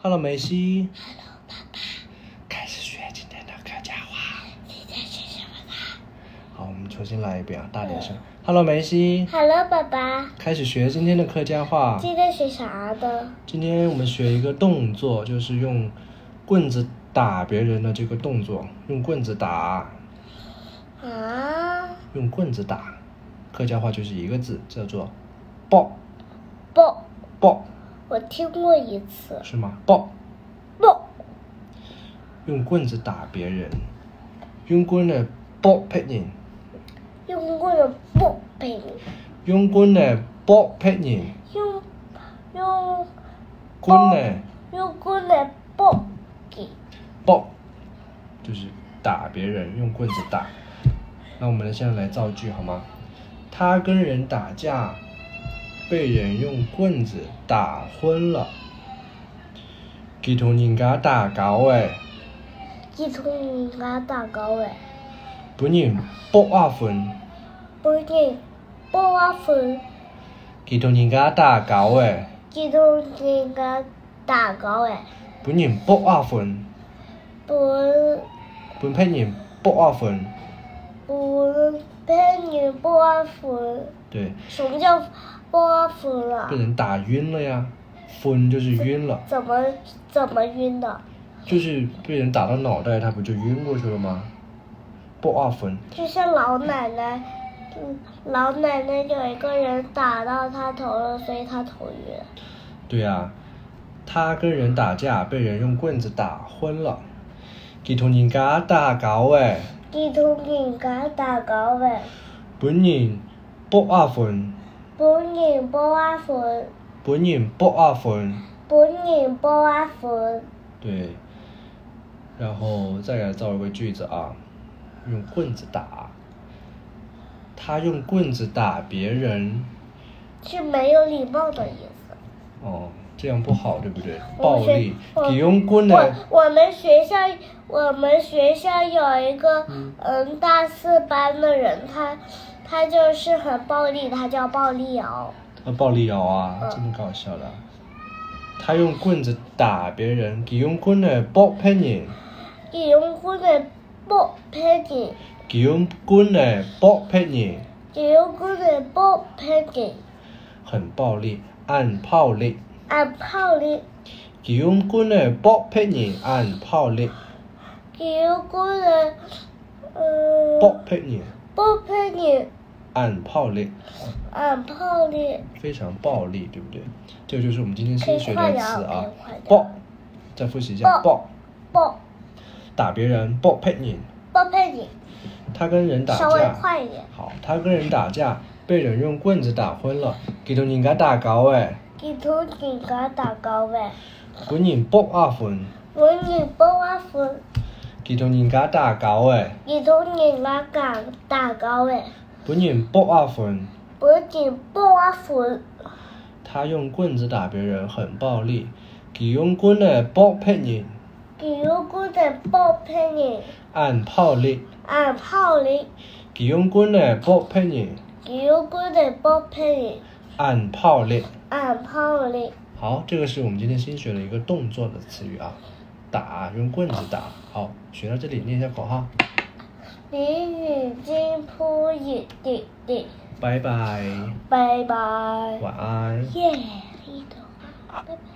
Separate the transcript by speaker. Speaker 1: Hello，梅西，
Speaker 2: Hello，爸爸，
Speaker 1: 开始学今天的客家话。
Speaker 2: 你在吃什么呢嗯
Speaker 1: 好，我们重新来一遍啊，大点声。Hello，梅西，
Speaker 2: ？Hello，爸爸，
Speaker 1: 开始学今天的客家话。
Speaker 2: 今天学啥的？
Speaker 1: 今天我们学一个动作，就是用棍子打别人的这个动作，用棍子打，
Speaker 2: 啊，
Speaker 1: 用棍子打，客家话就是一个字，叫做“抱
Speaker 2: 不，
Speaker 1: 抱
Speaker 2: 我听过一次”，。
Speaker 1: 是吗？抱，
Speaker 2: 不，
Speaker 1: 用棍子打别人，用棍子抱别人，
Speaker 2: 用棍子不背你，
Speaker 1: 用棍子抱别人，
Speaker 2: 用用
Speaker 1: 棍子
Speaker 2: 用棍子不给。
Speaker 1: 抱，就是打别人，用棍子打。那我们现在来造句好吗？他跟人打架，被人用棍子打昏了。佢同人家打交诶，
Speaker 2: 一从你家打高位，
Speaker 1: 本人卜啊分，
Speaker 2: 不给不挖坟，
Speaker 1: 佢同人家打交诶，
Speaker 2: 一从你家打高位，
Speaker 1: 本人卜啊分，
Speaker 2: 不
Speaker 1: 本骗人卜啊分。
Speaker 2: 不被你不挖坟。
Speaker 1: 对，
Speaker 2: 什么叫波幅了
Speaker 1: 被？人打晕了呀，昏就是晕了，
Speaker 2: 怎么怎么晕的？
Speaker 1: 就是被人打到脑袋，他不就晕过去了吗？卜啊分。
Speaker 2: 就像老奶奶，嗯，老奶奶有一个人打到她头了，所以她头晕。
Speaker 1: 对呀、他跟人打架，被人用棍子打昏了。佢同人家打哎交诶，
Speaker 2: 地图饼干打高尾，
Speaker 1: 本人卜啊分，
Speaker 2: 本人波挖坟，
Speaker 1: 本人卜啊分，
Speaker 2: 本人波挖坟，
Speaker 1: 对。然后再给他造一个句子啊，用棍子打。他用棍子打别人，
Speaker 2: 是没有礼貌的意思。
Speaker 1: 哦，这样不好，对不对？
Speaker 2: 我
Speaker 1: 暴
Speaker 2: 们
Speaker 1: 力
Speaker 2: 学，我
Speaker 1: 给用棍呢？
Speaker 2: 我我们学校我们学校有一个
Speaker 1: 嗯
Speaker 2: 嗯大四班的人，他他就是很暴力，他叫暴力瑶。
Speaker 1: 啊，暴力摇啊，
Speaker 2: 嗯
Speaker 1: 这么搞笑的啊。他用棍子打别人，佮用棍子剥别人，
Speaker 2: 你用棍子剥拍你，
Speaker 1: 佮用棍子剥别人，
Speaker 2: 你用棍子剥拍你，
Speaker 1: 很暴力，按暴力。
Speaker 2: 按炮力。
Speaker 1: 佮用棍子剥别人，按暴力，
Speaker 2: 你用棍子，嗯，
Speaker 1: 剥别人，
Speaker 2: 剥拍你，啊
Speaker 1: 按暴力，
Speaker 2: 按炮力。
Speaker 1: 非常暴力，对不对？这就是我们今天新学
Speaker 2: 可
Speaker 1: 的
Speaker 2: 以快
Speaker 1: 词
Speaker 2: 点
Speaker 1: 啊
Speaker 2: 可以快，点
Speaker 1: 剥。再复习一下，
Speaker 2: 剥
Speaker 1: 剥，
Speaker 2: 剥
Speaker 1: 打别人，剥别人。
Speaker 2: 剥拍你，
Speaker 1: 他跟人打
Speaker 2: 稍微
Speaker 1: 架，
Speaker 2: 快一点。
Speaker 1: 好，他跟人打架，被人用棍子打昏了，佮同人家打哎交诶。
Speaker 2: 你从你家打高位，
Speaker 1: 本人卜啊分，
Speaker 2: 我你剥挖粉。
Speaker 1: 佢同人家打哎交诶。
Speaker 2: 你从你那打打高位，
Speaker 1: 本人卜啊分，
Speaker 2: 我你剥挖粉，
Speaker 1: 他用棍子打别人，很暴力。佢用棍子剥别人，
Speaker 2: 你用棍子剥拍你，啊
Speaker 1: 按暴力。
Speaker 2: 按炮力。
Speaker 1: 佢用棍子剥别人，
Speaker 2: 你用棍子剥拍你。啊
Speaker 1: 按暴力。
Speaker 2: 按炮力，
Speaker 1: 好，这个是我们今天新学的一个动作的词语啊，打，用棍子打。好，学到这里，念一下口号，
Speaker 2: 淋雨金铺雨滴滴，
Speaker 1: 拜拜，
Speaker 2: 拜拜，
Speaker 1: 晚安。
Speaker 2: 耶，一头，拜拜。